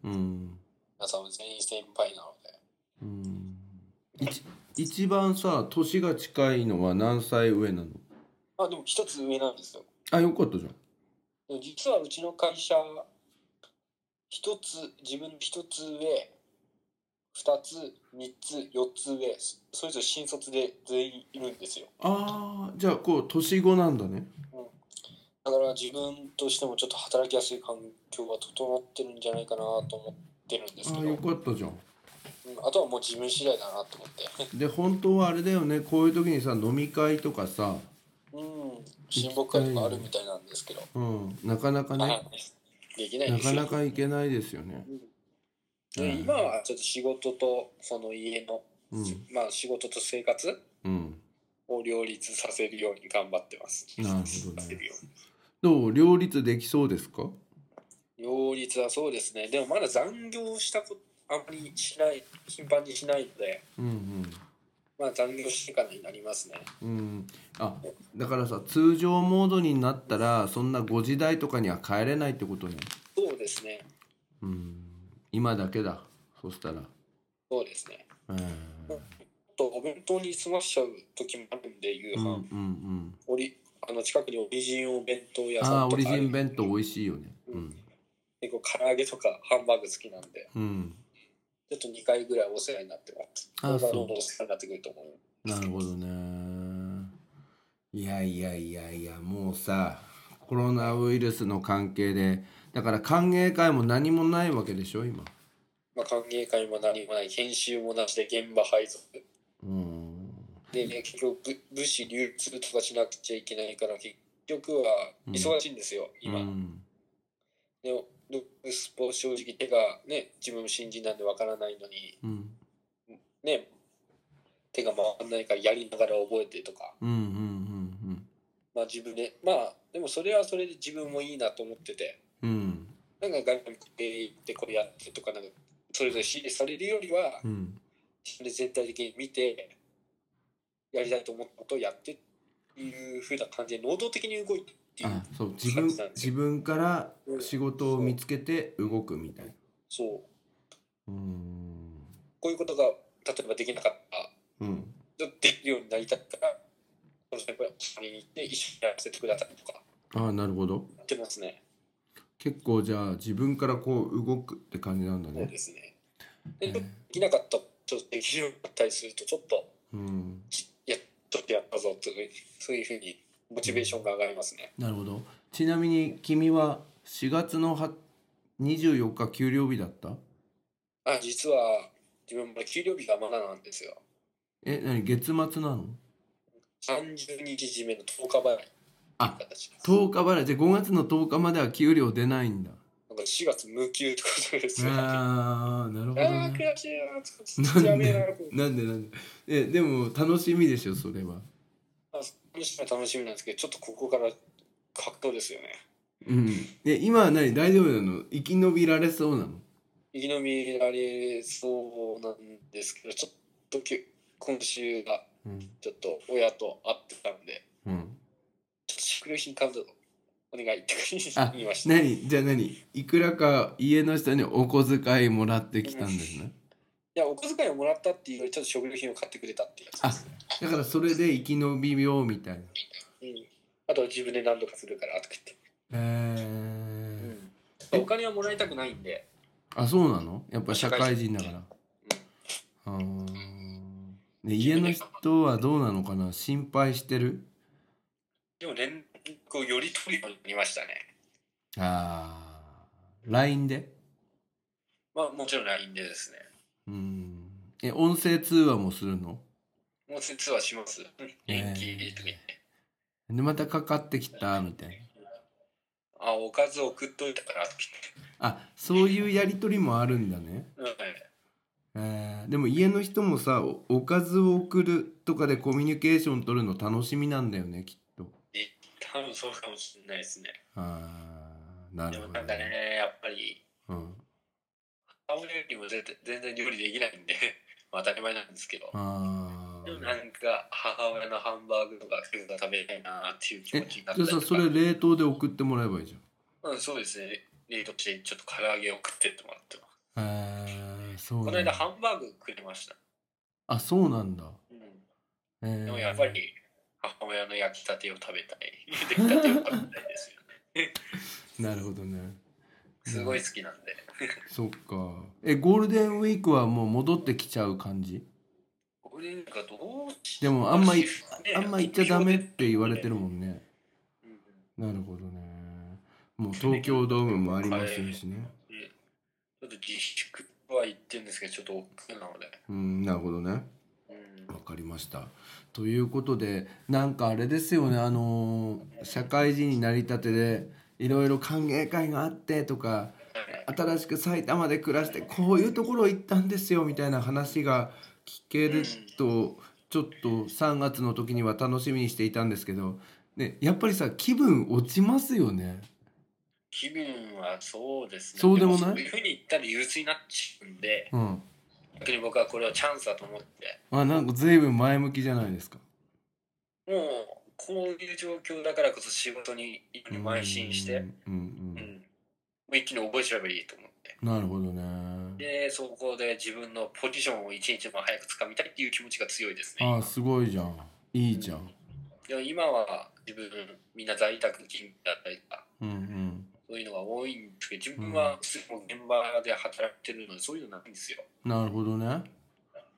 S2: うん
S3: 皆さん全員先輩なので。
S2: うん一一番さ年が近いのは何歳上なの
S3: あ、でも一つ上なんですよ。
S2: あよかったじゃん
S3: でも実はうちの会社、一つ、自分の一つ上、二つ、三つ、四つ上、そそれぞれ新卒で全員いるんですよ。
S2: ああじゃあこう年後なんだね
S3: だから自分としてもちょっと働きやすい環境が整ってるんじゃないかなと思ってるんです
S2: あ
S3: け
S2: あ
S3: ど、
S2: よかったじゃん
S3: うんあとはもう自分次第だなと思って。
S2: で本当はあれだよねこういう時にさ飲み会とかさ、
S3: うん、親睦会とかあるみたいなんですけど、
S2: うん、なかなか
S3: は
S2: ね
S3: いできない
S2: な
S3: です
S2: か
S3: よ。
S2: なか行けないですよね。
S3: で今はちょっと仕事とその家の、
S2: うん
S3: まあ仕事と生活
S2: うん、
S3: を両立させるように頑張ってます。
S2: なるほどね
S3: させるように
S2: どう両立できそうですか
S3: 両立はそうですね。でもまだ残業したことあんまりしない、頻繁にしないので、
S2: うん
S3: まあ残業してからになりますね。
S2: うんうん、あだからさ通常モードになったらそんな5時台とかには帰れないってことね、
S3: そうですね。
S2: うん、今だけだそしたら、
S3: そうですね。
S2: うん、
S3: あとお弁当に済ましちゃう時もあるんで夕
S2: うんうん
S3: 飯、
S2: うん
S3: おりあの近くにオリジンお弁当屋
S2: あ
S3: さ
S2: あ
S3: ん
S2: オ
S3: と
S2: リ
S3: か
S2: ジ
S3: ある
S2: ン弁当美味しいよねうん、
S3: 結構唐揚げとかハンバーグ好きなんで
S2: うん、
S3: ちょっと2回ぐらいお世話になってます
S2: あー
S3: これが
S2: そう
S3: どんどんお世話になってくると思う
S2: なるほどねいやいやいやいやもうさコロナウイルスの関係でだから歓迎会も何もないわけでしょ今
S3: まあ、歓迎会も何もない研修もなしで現場配属
S2: うん
S3: で、ね、結局ぶ物資流通とかしなくちゃいけないから結局は
S2: うん
S3: 忙しいんですよ、今、
S2: うん
S3: でもルックスポ正直手がね自分も新人なんでわからないのに
S2: うん
S3: ね手が回らないからやりながら覚えてとか
S2: うんうんうん
S3: まあ自分でまあでもそれはそれで自分もいいなと思ってて
S2: うんうん
S3: なんかガンガン行ってこれやってとかなんかそれぞれ指示されるよりは
S2: うん
S3: 自分で全体的に見てやりたいと思ったことをやってっていうふうな感じで能動的に動いてっていう
S2: あそう自分
S3: 感じなんです
S2: 自
S3: よ
S2: 分から仕事を見つけて動くみたいな
S3: そ
S2: う
S3: う
S2: ん
S3: こういうことが例えばできなかった
S2: うん
S3: ちょっとできるようになりたいからそうですね、これ、見に行って一緒にやらせてくださいとか
S2: ああなるほど
S3: 言ってますね。
S2: 結構じゃあ自分からこう動くって感じなんだ
S3: そう
S2: ね
S3: ですね。
S2: え
S3: で、
S2: ー
S3: ちょっとできなかった、ちょっとできなかったりすると、ちょっと、
S2: うん
S3: いや、ちょっとやったぞという、そういうふうにモチベーションが上がりますね。
S2: なるほどちなみに君は4月のは24日給料日だった
S3: あ、実は、自分も給料日がまだなんですよ。
S2: え何月末なの
S3: 30日締めの10日払いという
S2: あ
S3: 形です。
S2: 10日払いじゃあ5月の10日までは給料出ない んだ
S3: なんか4月無給ってことですよ。あ
S2: あーなるほど、
S3: あー、
S2: ね、
S3: 悔しいな、ちょっと
S2: な
S3: や
S2: ん
S3: べえな
S2: で、なんでなんでえでも楽しみでしょそれは
S3: あ楽しみは楽しみなんですけど、ちょっとここから格闘ですよね。
S2: うんえ今は何大丈夫なの生き延びられそうなの
S3: 生き延びられそうなんですけど、ちょっときゅ今週が
S2: うん、
S3: ちょっと親と会ってたんで、
S2: うん、
S3: ちょっと食料品買うぞ、お願いって
S2: あ
S3: 言いました。
S2: 何じゃあ何いくらか家の人にお小遣いもらってきたんですね
S3: いや、お小遣いをもらったっていうより、ちょっと食料品を買ってくれたっていうやつですね。
S2: だからそれで生き延びようみたいな
S3: うんあと自分で何とかするからとか言って。
S2: え
S3: お金はもらいたくないんで、
S2: ー、あそうなのやっぱ社会人だからあーで家の人はどうなのかな心配してる
S3: でも連絡をより取るようになりましたね。
S2: あー LINE で
S3: まあもちろん LINE でですね。
S2: うんえ音声通話もするの
S3: もう実はします。
S2: え
S3: 元気とか言って。
S2: でまたかかってきたみたいな
S3: あ、おかず送っといたからとか
S2: あそういうやり取りもあるんだね、
S3: 言って。はい
S2: えーでも家の人もさおおかずを送るとかでコミュニケーション取るの楽しみなんだよねきっと
S3: 多分そうかもしれないですね。
S2: あーな
S3: で
S2: る
S3: も
S2: ほ
S3: な
S2: ど
S3: んか
S2: ね、
S3: ね、やっぱり、
S2: うん、
S3: 母親よりも全然全然料理できないんで、 まあ当たり前なんですけど。
S2: あ
S3: でもな
S2: ー
S3: んか母親のハンバーグとかピザ食べたいなっていう気持
S2: え
S3: ちになった
S2: じゃあ
S3: りと
S2: さ
S3: か。
S2: それ冷凍で送ってもらえばいいじゃん
S3: うん、そうですね。冷凍してちょっと唐揚げを食ってってもらってます。
S2: えー、そう
S3: こ
S2: なん
S3: の
S2: だ
S3: 間ハンバーグ食いました。
S2: あそうなんだ、
S3: うん、
S2: えー
S3: でもやっぱり母親の焼きたてを食べたい。 出来たてを食べ たいですよね。
S2: なるほどね
S3: すごい好きなんで。
S2: そっかえゴールデンウィークはもう戻ってきちゃう感じ
S3: これなんかどうし
S2: でもあんまい
S3: ね
S2: あんま行っちゃダメって言われてるもんね
S3: うんうん
S2: なるほどねもう東京ドームもありますしね
S3: でちょっと自粛は言ってるんですけど、ちょっと億劫なので。
S2: うんなるほどね
S3: うん
S2: わかりましたということでなんかあれですよねあのー社会人になりたてでいろいろ歓迎会があってとか新しく埼玉で暮らしてこういうところ行ったんですよみたいな話が聞けるとちょっと3月の時には楽しみにしていたんですけど、ね、やっぱりさ気分落ちますよね。
S3: 気分はそうですね。
S2: そうでもない
S3: そういうふうに言ったら憂鬱になっちゃうんで、
S2: うん、
S3: 逆に僕はこれをチャンスだと思って、
S2: あなんか随分前向きじゃないですか。
S3: もうこういう状況だからこそ仕事に一気に邁進して、
S2: うんう
S3: う
S2: ん
S3: ん、もう一気に覚えちゃえばいいと思って。
S2: なるほどね。
S3: で、そこで自分のポジションを一日も早く掴みたいっていう気持ちが強いですね。
S2: あすごいじゃんいいじゃん。
S3: でも今は自分、みんな在宅勤務だったりとか、
S2: うんうん
S3: そういうのが多いんですけど、自分はすぐ現場で働いてるので、そういうのないんですよ。
S2: なるほどね。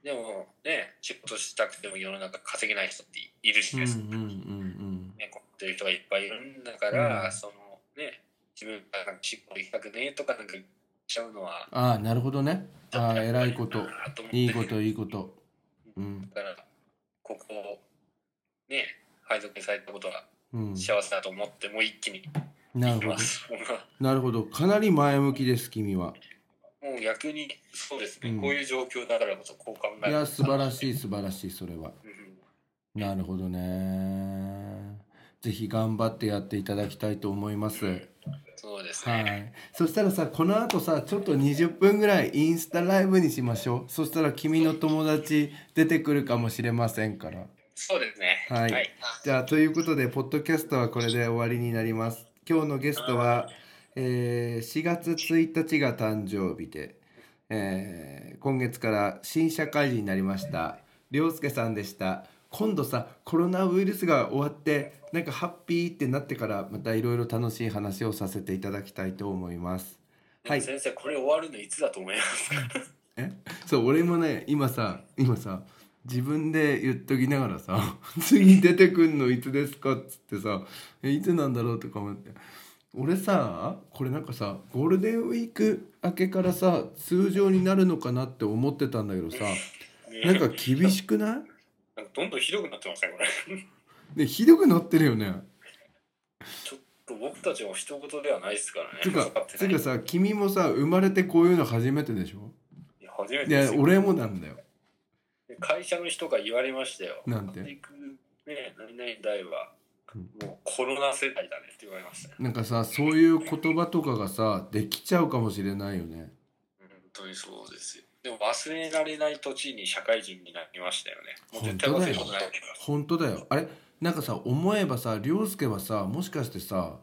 S3: でもね、仕事したくても世の中稼げない人っているじ
S2: う
S3: ゃ
S2: んう
S3: ない
S2: んう
S3: ですか。
S2: ん
S3: ね、困ってる人がいっぱいいるんだから、
S2: うん
S3: そのね、自分がなんか仕事行きたくねえとかなんか言っちゃうのは、
S2: うん。ああなるほどね。ああ偉いこといいこ
S3: だ
S2: といいこと。うん
S3: から、ここをね、配属にされたことは
S2: うん。
S3: 幸せだと思って、もう一気に
S2: なる
S3: 行き
S2: ほど
S3: ま。す。
S2: なるほど。かなり前向きです君は。
S3: もう逆に、そうですね、
S2: うん
S3: こういう状況だからこそこう考え
S2: いや素晴らし
S3: い。
S2: い素晴らしいそれは。
S3: うん
S2: なるほどね。ぜひ頑張ってやっていただきたいと思います。
S3: そうです
S2: は
S3: ね。
S2: い、そしたらさこの後さちょっと20分ぐらいインスタライブにしましょうそしたら君の友達出てくるかもしれませんから
S3: そうですね。
S2: はい
S3: はい。
S2: じゃあということでポッドキャストはこれで終わりになります今日のゲストは、えー4月1日が誕生日で、えー今月から新社会人になりました涼介さんでした今度さコロナウイルスが終わってなんかハッピーってなってからまたいろいろ楽しい話をさせていただきたいと思います。はい
S3: 先生これ終わるのいつだと思いますか
S2: そう俺もね今さ今さ自分で言っときながらさ「次出てくんのいつですか?」っつってさ「えいつなんだろう?」とか思って俺さこれなんかさゴールデンウィーク明けからさ通常になるのかなって思ってたんだけどさなんか厳しくない
S3: なんかどんどんひどくなってますねこれ
S2: でひどくなってるよね。
S3: ちょっと僕たちも一言ではないですからね
S2: つうか
S3: 分って
S2: つ
S3: な
S2: う
S3: い
S2: かさ君もさ生まれてこういうの初めてでしょ
S3: いや初めて
S2: い
S3: で
S2: や
S3: すよ
S2: 俺もなんだよ。
S3: 会社の人が言われましたよ。
S2: なんて
S3: 行くね、何々代は
S2: うん、
S3: もうコロナ世代だねって言われましたよ。
S2: なんかさそういう言葉とかがさできちゃうかもしれないよね。
S3: 本当にそうですよ。でも忘れられない土地に社会人になりましたよね。もう絶対忘れることないけど。
S2: 本当だよあれなんかさ思えばさ凌介はさもしかしてさ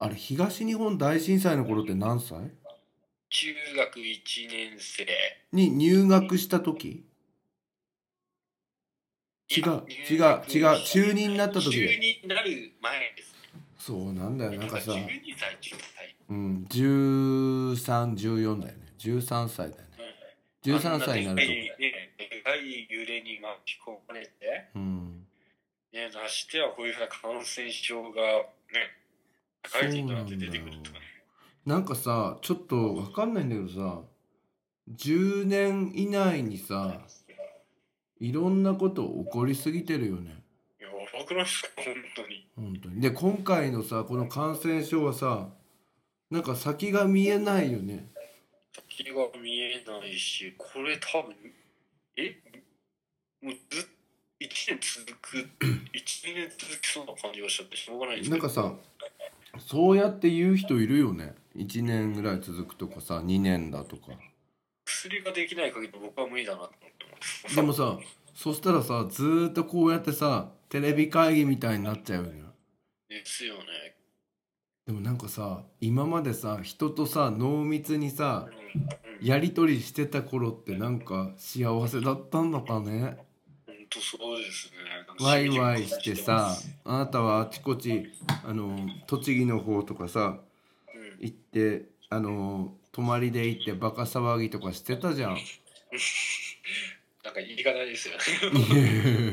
S2: あれ東日本大震災の頃って何歳
S3: 中学1年生。
S2: に入学した時違う違う違う中二になった時
S3: 中
S2: で
S3: 二になる前です。
S2: そうなんだよなんかさ、
S3: 12歳、10歳。
S2: うん、1314だよね13歳だよね13歳になると
S3: あんでっかいねでかい揺れに巻き込まれて。
S2: うん
S3: ね、なしてはこういうふうな感染症がね、社会人となって出てくるとかね。
S2: なんかさちょっとわかんないんだけどさ10年以内にさいろんなこと起こりすぎてるよね
S3: いや、多くないですか、本当に。
S2: 本当にで今回のさこの感染症はさなんか先が見えないよね
S3: 先が見えないし、これ多分、えもうずっ1年続く、1年続きそうな感じがしちゃってしょうがないです
S2: なん
S3: け
S2: か
S3: ど
S2: さそうやって言う人いるよね1年ぐらい続くとかさ2年だとか
S3: 薬ができない限り僕は無理だなと思ってます。
S2: でもさそしたらさずーっとこうやってさテレビ会議みたいになっちゃうよね
S3: ですよね。
S2: でもなんかさ今までさ人とさ濃密にさ
S3: うん、うん、
S2: やり取りしてた頃ってなんか幸せだったのかね
S3: 本当そうですね。
S2: ワイワイしてさあなたはあちこちあの栃木の方とかさ
S3: うん、
S2: 行ってあの泊まりで行ってバカ騒ぎとかしてた じゃん。
S3: なんか言い方ですよね。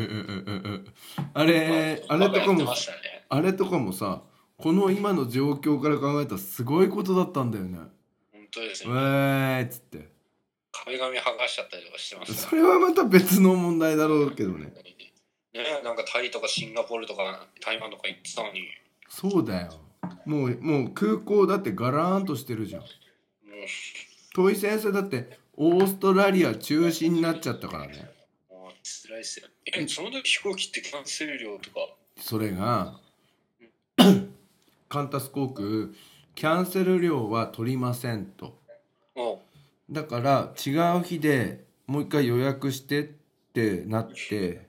S2: あれあれとか
S3: やって
S2: も
S3: ましたね。
S2: あれとかもさこの今の状況から考えたらすごいことだったんだよね。
S3: 本当です
S2: ウ
S3: ね。
S2: ェーイっつって
S3: 壁紙剥がしちゃったりとかしてました
S2: そ。れはまた別の問題だろうけどね。
S3: ねなんかタイとかシンガポールとか台湾とか行ってたのに、
S2: そうだよもうもう空港だってガラーンとしてるじゃん。
S3: も
S2: 土井先生だってオーストラリア中止になっちゃったからね
S3: う、もう辛いっすよ。え、その時飛行機ってキャンセル料とか、
S2: それが カンタス航空キャンセル料は取りませんと
S3: も
S2: だから違う日でもう一回予約してってなって
S3: う、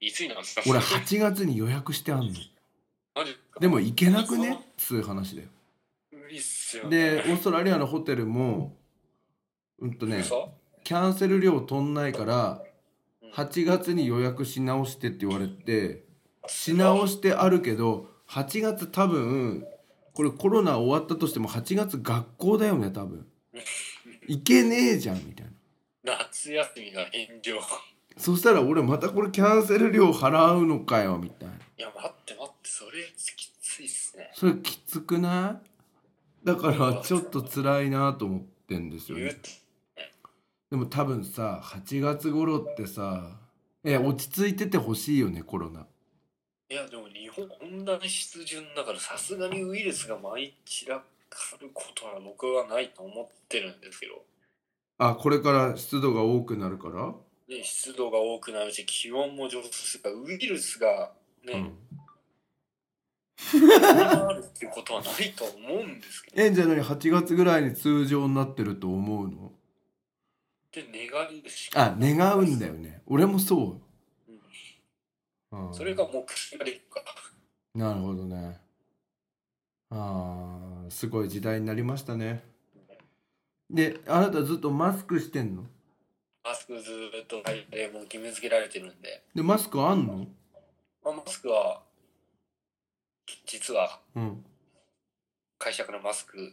S3: いつになんですか
S2: 俺8月に予約してあんの
S3: マジか
S2: でも行けなくねっつう話だよ
S3: 無理っすよ、
S2: で
S3: ね。
S2: オーストラリアのホテルもうんとね
S3: 嘘
S2: キャンセル料取んないから8月に予約し直してって言われてし直してあるけど8月多分これコロナ終わったとしても8月学校だよね多分行けねえじゃんみたいな
S3: 夏休みが炎上。い
S2: そしたら俺またこれキャンセル料払うのかよみたいな
S3: や、待って待って、それきついっすね。
S2: それきつくないだからちょっと辛いなと思ってんですよ
S3: 言
S2: ね
S3: う
S2: でも多分さ8月頃ってさえ落ち着いててほしいよねコロナ
S3: いやでも日本温暖湿潤だからさすがにウイルスが舞い散らかることは僕はないと思ってるんですけど、
S2: あこれから湿度が多くなるから
S3: ね、湿度が多くなるし気温も上昇するからウイルスが
S2: う
S3: ね
S2: ん、
S3: あるっていうことはないと思うんですけど
S2: えじゃあ何8月ぐらいに通常になってると思うの
S3: で願いしか
S2: あ願うんだよね俺もそう、うん
S3: それが目標でいくから
S2: なるほどねあーすごい時代になりましたねであなたずっとマスクしてんの
S3: マスクずっと戴でもう義務付けられてるんで、
S2: でマスクあんの
S3: まあ、マスクは実は
S2: うん
S3: 会社からマスク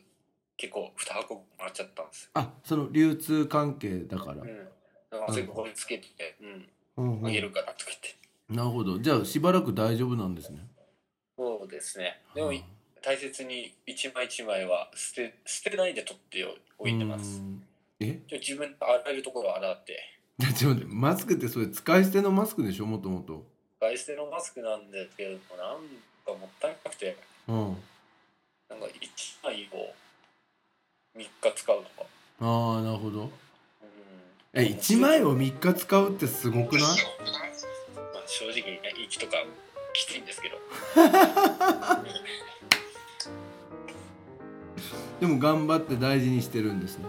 S3: 結構2箱もらっちゃったんですよ。
S2: あその流通関係だから
S3: う、んだからそれここにつけて、うん、
S2: うんうん
S3: あげるかなとか言って。
S2: なるほどじゃあしばらく大丈夫なんですね
S3: そうですね。でも
S2: うん
S3: 大切に一枚一枚は捨て捨てないで取っておいてま
S2: う
S3: す。
S2: ん え
S3: ちょ自分洗えるところは洗って、
S2: だって待ってマスクってそれ使い捨てのマスクでしょもともと
S3: 外捨てのマスクなんですけれども、なんかもったいなくて、
S2: うん
S3: なんか一枚を三日使うとか。
S2: ああなるほど
S3: うん
S2: え1枚を3日使うってすごくない
S3: まあ、正直ね、息とかきついんですけど、
S2: でも頑張って大事にしてるんですね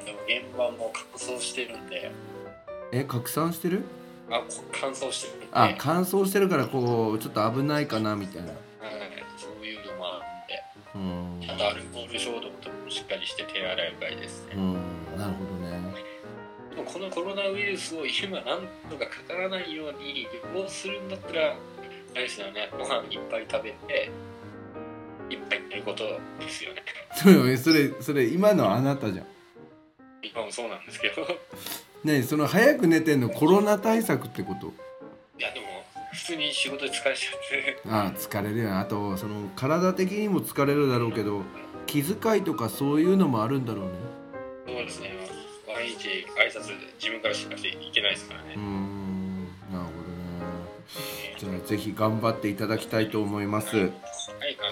S3: うんでも現場も乾燥してるんで、
S2: え拡散してる
S3: あこ乾燥してるんで、
S2: あ乾燥してるからこうちょっと危ないかなみたいな
S3: はいそういうのもある
S2: うん
S3: んで、あとアルコール消毒とかもしっかりして手洗いうがいですね
S2: う。んなるほどね
S3: でもこのコロナウイルスを今なんとかかからないように予防するんだったらあれですよねご飯いっぱい食べていっぱい寝ることですよね
S2: それそれそれ今のあなたじゃん
S3: 今もそうなんですけど い
S2: ねその早く寝てんのコロナ対策ってこと
S3: やでも普通に仕事で疲れちゃって
S2: ああ疲れるよなあとその体的にも疲れるだろうけど気遣いとかそういうのもあるんだろうね
S3: そうですね毎日挨拶自分からしなくていけないですからね
S2: うーんなるほどねじゃあぜひ頑張っていただきたいと思います
S3: は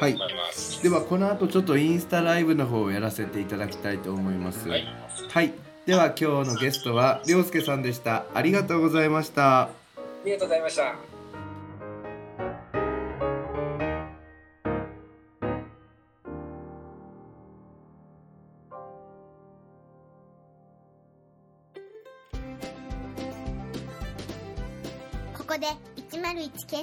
S3: い頑張ります、
S2: ではこの後ちょっとインスタライブの方をやらせていただきたいと思います
S3: はい、
S2: はい、では今日のゲストはりょうすけさんでしたありがとうございました
S3: ありがとうございました
S1: ここで101ケ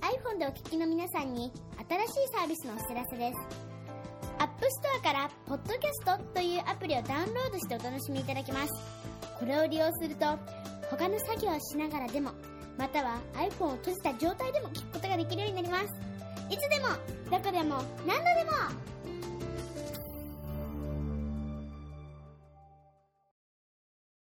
S1: iPhone でお聞きの皆さんに新しいサービスのお知らせです App Store から「Podcast」というアプリをダウンロードしてお楽しみいただけますこれを利用すると他の作業をしながらでもまたは iPhone を閉じた状態でも聞くことができるようになりますいつでもどこでも何度でも